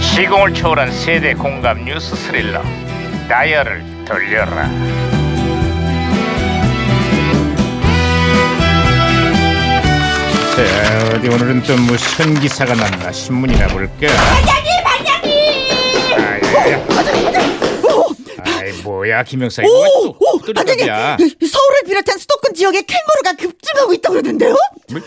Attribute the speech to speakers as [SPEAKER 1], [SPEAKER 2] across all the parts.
[SPEAKER 1] 시공을 초월한 세대 공감 뉴스 스릴러 다이얼을 돌려라 자 어디 오늘은 또 무슨 기사가 났나 신문이나 볼까 반장님 반장님 아이 뭐야 김영사 이거
[SPEAKER 2] 오, 오,
[SPEAKER 1] 또또
[SPEAKER 2] 반장님,
[SPEAKER 1] 야
[SPEAKER 2] 서울을 비롯한 수도권 지역에 캥거루가 급증하고 있다고 그러던데요?
[SPEAKER 1] 뭐,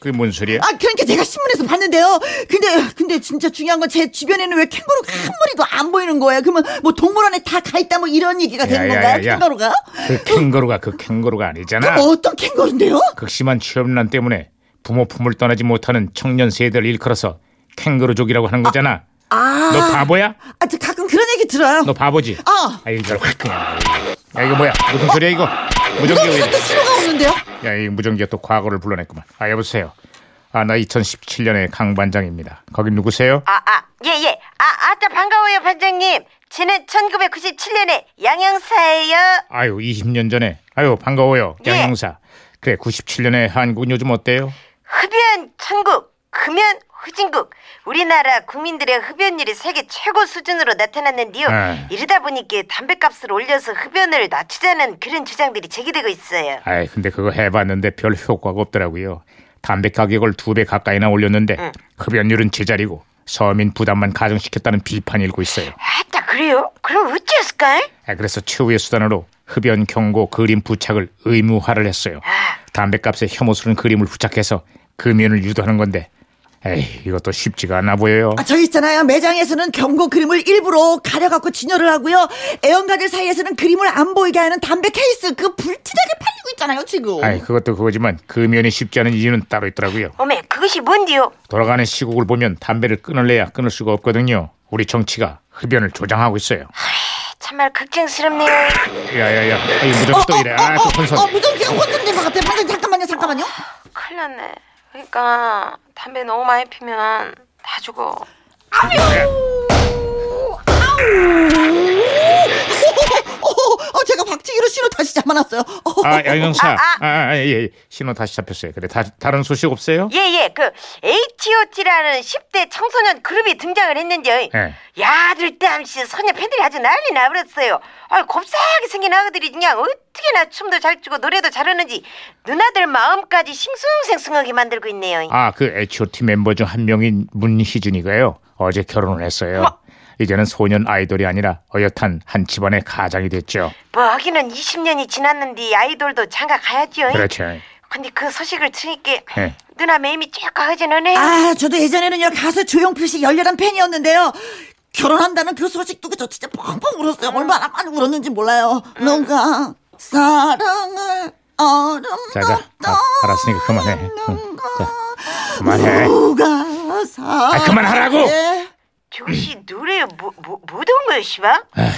[SPEAKER 1] 그게 뭔 소리야
[SPEAKER 2] 아, 그러니까 제가 신문에서 봤는데요. 근데, 근데 진짜 중요한 건 제 주변에는 왜 캥거루가 한 마리도 안 보이는 거예요? 그러면 뭐 동물원에 다 가 있다 뭐 이런 얘기가 되는 건가요? 캥거루가?
[SPEAKER 1] 그 캥거루가 그 캥거루가 아니잖아
[SPEAKER 2] 그럼 어떤 캥거루인데요?
[SPEAKER 1] 그 극심한 취업난 때문에 부모 품을 떠나지 못하는 청년 세대를 일컬어서 캥거루족이라고 하는 거잖아.
[SPEAKER 2] 아,
[SPEAKER 1] 너 바보야?
[SPEAKER 2] 아, 저 가끔 그런 얘기 들어요.
[SPEAKER 1] 너 바보지?
[SPEAKER 2] 어.
[SPEAKER 1] 아 이걸 확 그냥. 야 이거 뭐야? 무슨 소리야 이거?
[SPEAKER 2] 또
[SPEAKER 1] 무전기가 왜
[SPEAKER 2] 이것도
[SPEAKER 1] 이래?
[SPEAKER 2] 신호가 오는데요?
[SPEAKER 1] 야이 무전기가 또 과거를 불러냈구만. 아 여보세요. 아 나 2017년의 강 반장입니다. 거긴 누구세요?
[SPEAKER 3] 아, 아, 예, 예. 아, 아따 반가워요, 반장님. 저는 1997년에 양형사예요.
[SPEAKER 1] 아유 20년 전에. 아유 반가워요.
[SPEAKER 3] 예.
[SPEAKER 1] 양 형사. 그래 97년의 한국은 요즘 어때요?
[SPEAKER 3] 흡연 천국, 금연 후진국. 우리나라 국민들의 흡연율이 세계 최고 수준으로 나타났는데요.
[SPEAKER 1] 네.
[SPEAKER 3] 이러다 보니까 담배값을 올려서 흡연을 낮추자는 그런 주장들이 제기되고 있어요.
[SPEAKER 1] 아이 근데 그거 해봤는데 별 효과가 없더라고요. 담배 가격을 두 배 가까이나 올렸는데 흡연율은 제자리고 서민 부담만 가중시켰다는 비판이 일고 있어요.
[SPEAKER 3] 아따, 그래요? 그럼 어찌했을까?
[SPEAKER 1] 아, 그래서 최후의 수단으로 흡연 경고 그림 부착을 의무화를 했어요. 담배값에 혐오스러운 그림을 부착해서 금연을 유도하는 건데 에이 이것도 쉽지가 않아 보여요.
[SPEAKER 2] 아, 저기 있잖아요. 매장에서는 경고 그림을 일부러 가려갖고 진열을 하고요. 애연가들 사이에서는 그림을 안 보이게 하는 담배 케이스 그 불티나게 팔리고 있잖아요, 지금.
[SPEAKER 1] 아이 그것도 그거지만 금연이 쉽지 않은 이유는 따로 있더라고요.
[SPEAKER 3] 어메, 그것이 뭔데요?
[SPEAKER 1] 돌아가는 시국을 보면 담배를 끊을래야 끊을 수가 없거든요. 우리 정치가 흡연을 조장하고 있어요.
[SPEAKER 3] 참말 걱정스럽네요.
[SPEAKER 1] 야야야, 이 무전기 또 이래. 아, 또
[SPEAKER 2] 어,
[SPEAKER 1] 혼선.
[SPEAKER 2] 무전기가 혼선된 것 같아요. 반장님, 잠깐만요, 잠깐만요.
[SPEAKER 3] 큰일 났네. 그러니까 담배 너무 많이 피면 다 죽어.
[SPEAKER 2] 어, 어, 제가 박치기로 신호 다시 잡아놨어요. 어,
[SPEAKER 1] 아, 양영사.
[SPEAKER 3] 아,
[SPEAKER 1] 아,
[SPEAKER 3] 아.
[SPEAKER 1] 아, 예, 예. 신호 다시 잡혔어요. 그래, 다, 다른 소식 없어요?
[SPEAKER 3] 예, 예. 그 H.O.T라는 10대 청소년 그룹이 등장을 했는데요.
[SPEAKER 1] 예.
[SPEAKER 3] 야들 땀씨 소녀 팬들이 아주 난리 나버렸어요. 아, 곱상하게 생긴 아가들이 그냥 어떻게나 춤도 잘 추고 노래도 잘하는지 누나들 마음까지 싱숭생숭하게 만들고 있네요.
[SPEAKER 1] 아, 그 H.O.T 멤버 중 한 명인 문희준이가요. 어제 결혼을 했어요.
[SPEAKER 3] 어머.
[SPEAKER 1] 이제는 소년 아이돌이 아니라 어엿한 한 집안의 가장이 됐죠.
[SPEAKER 3] 뭐 하기는 20년이 지났는데 아이돌도 장가
[SPEAKER 2] 네.
[SPEAKER 3] 가야지요.
[SPEAKER 1] 그렇죠.
[SPEAKER 3] 근데 그 소식을 들으니까
[SPEAKER 1] 예.
[SPEAKER 3] 누나 매임이 쭉 가지는네.
[SPEAKER 2] 아, 저도 예전에는요, 가수 조용필 씨 열렬한 팬이었는데요. 결혼한다는 그 소식 두고 저 진짜 펑펑 울었어요. 얼마나 많이 울었는지 몰라요. 뭔가 사랑을
[SPEAKER 1] 자, 자.
[SPEAKER 2] 아름답다.
[SPEAKER 1] 아, 알았으니까 그만해. 응. 자, 그만해.
[SPEAKER 2] 누가 사?
[SPEAKER 1] 아, 그만하라고!
[SPEAKER 2] 예.
[SPEAKER 3] 조씨 노래 뭐뭐 뭐던 거요, 씨발? 아,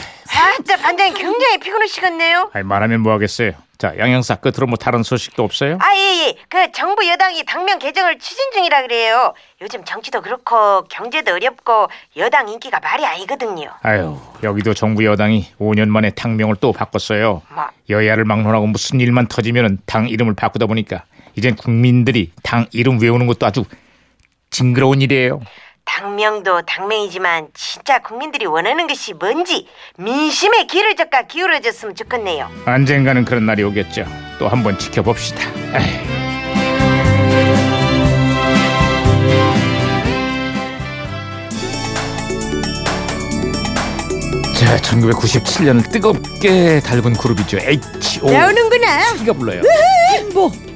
[SPEAKER 3] 진짜 반장이 굉장히 피곤하시겠네요.
[SPEAKER 1] 아이, 말하면 뭐 하겠어요. 자, 양영사 끝으로 뭐 다른 소식도 없어요?
[SPEAKER 3] 아, 예, 예. 그 정부 여당이 당면 개정을 추진 중이라 그래요. 요즘 정치도 그렇고 경제도 어렵고 여당 인기가 말이 아니거든요.
[SPEAKER 1] 아유, 여기도 정부 여당이 5년 만에 당명을 또 바꿨어요.
[SPEAKER 3] 마.
[SPEAKER 1] 여야를 막론하고 무슨 일만 터지면 당 이름을 바꾸다 보니까 이젠 국민들이 당 이름 외우는 것도 아주 징그러운 일이에요.
[SPEAKER 3] 당명도 당명이지만 진짜 국민들이 원하는 것이 뭔지 민심의 귀를 젓가 기울여줬으면 좋겠네요.
[SPEAKER 1] 언젠가는 그런 날이 오겠죠. 또 한번 지켜봅시다. 에이. 자, 1997년을 뜨겁게 달군 그룹이죠. H.O.
[SPEAKER 3] 나오는구나.
[SPEAKER 1] T가 불러요.
[SPEAKER 2] 행복,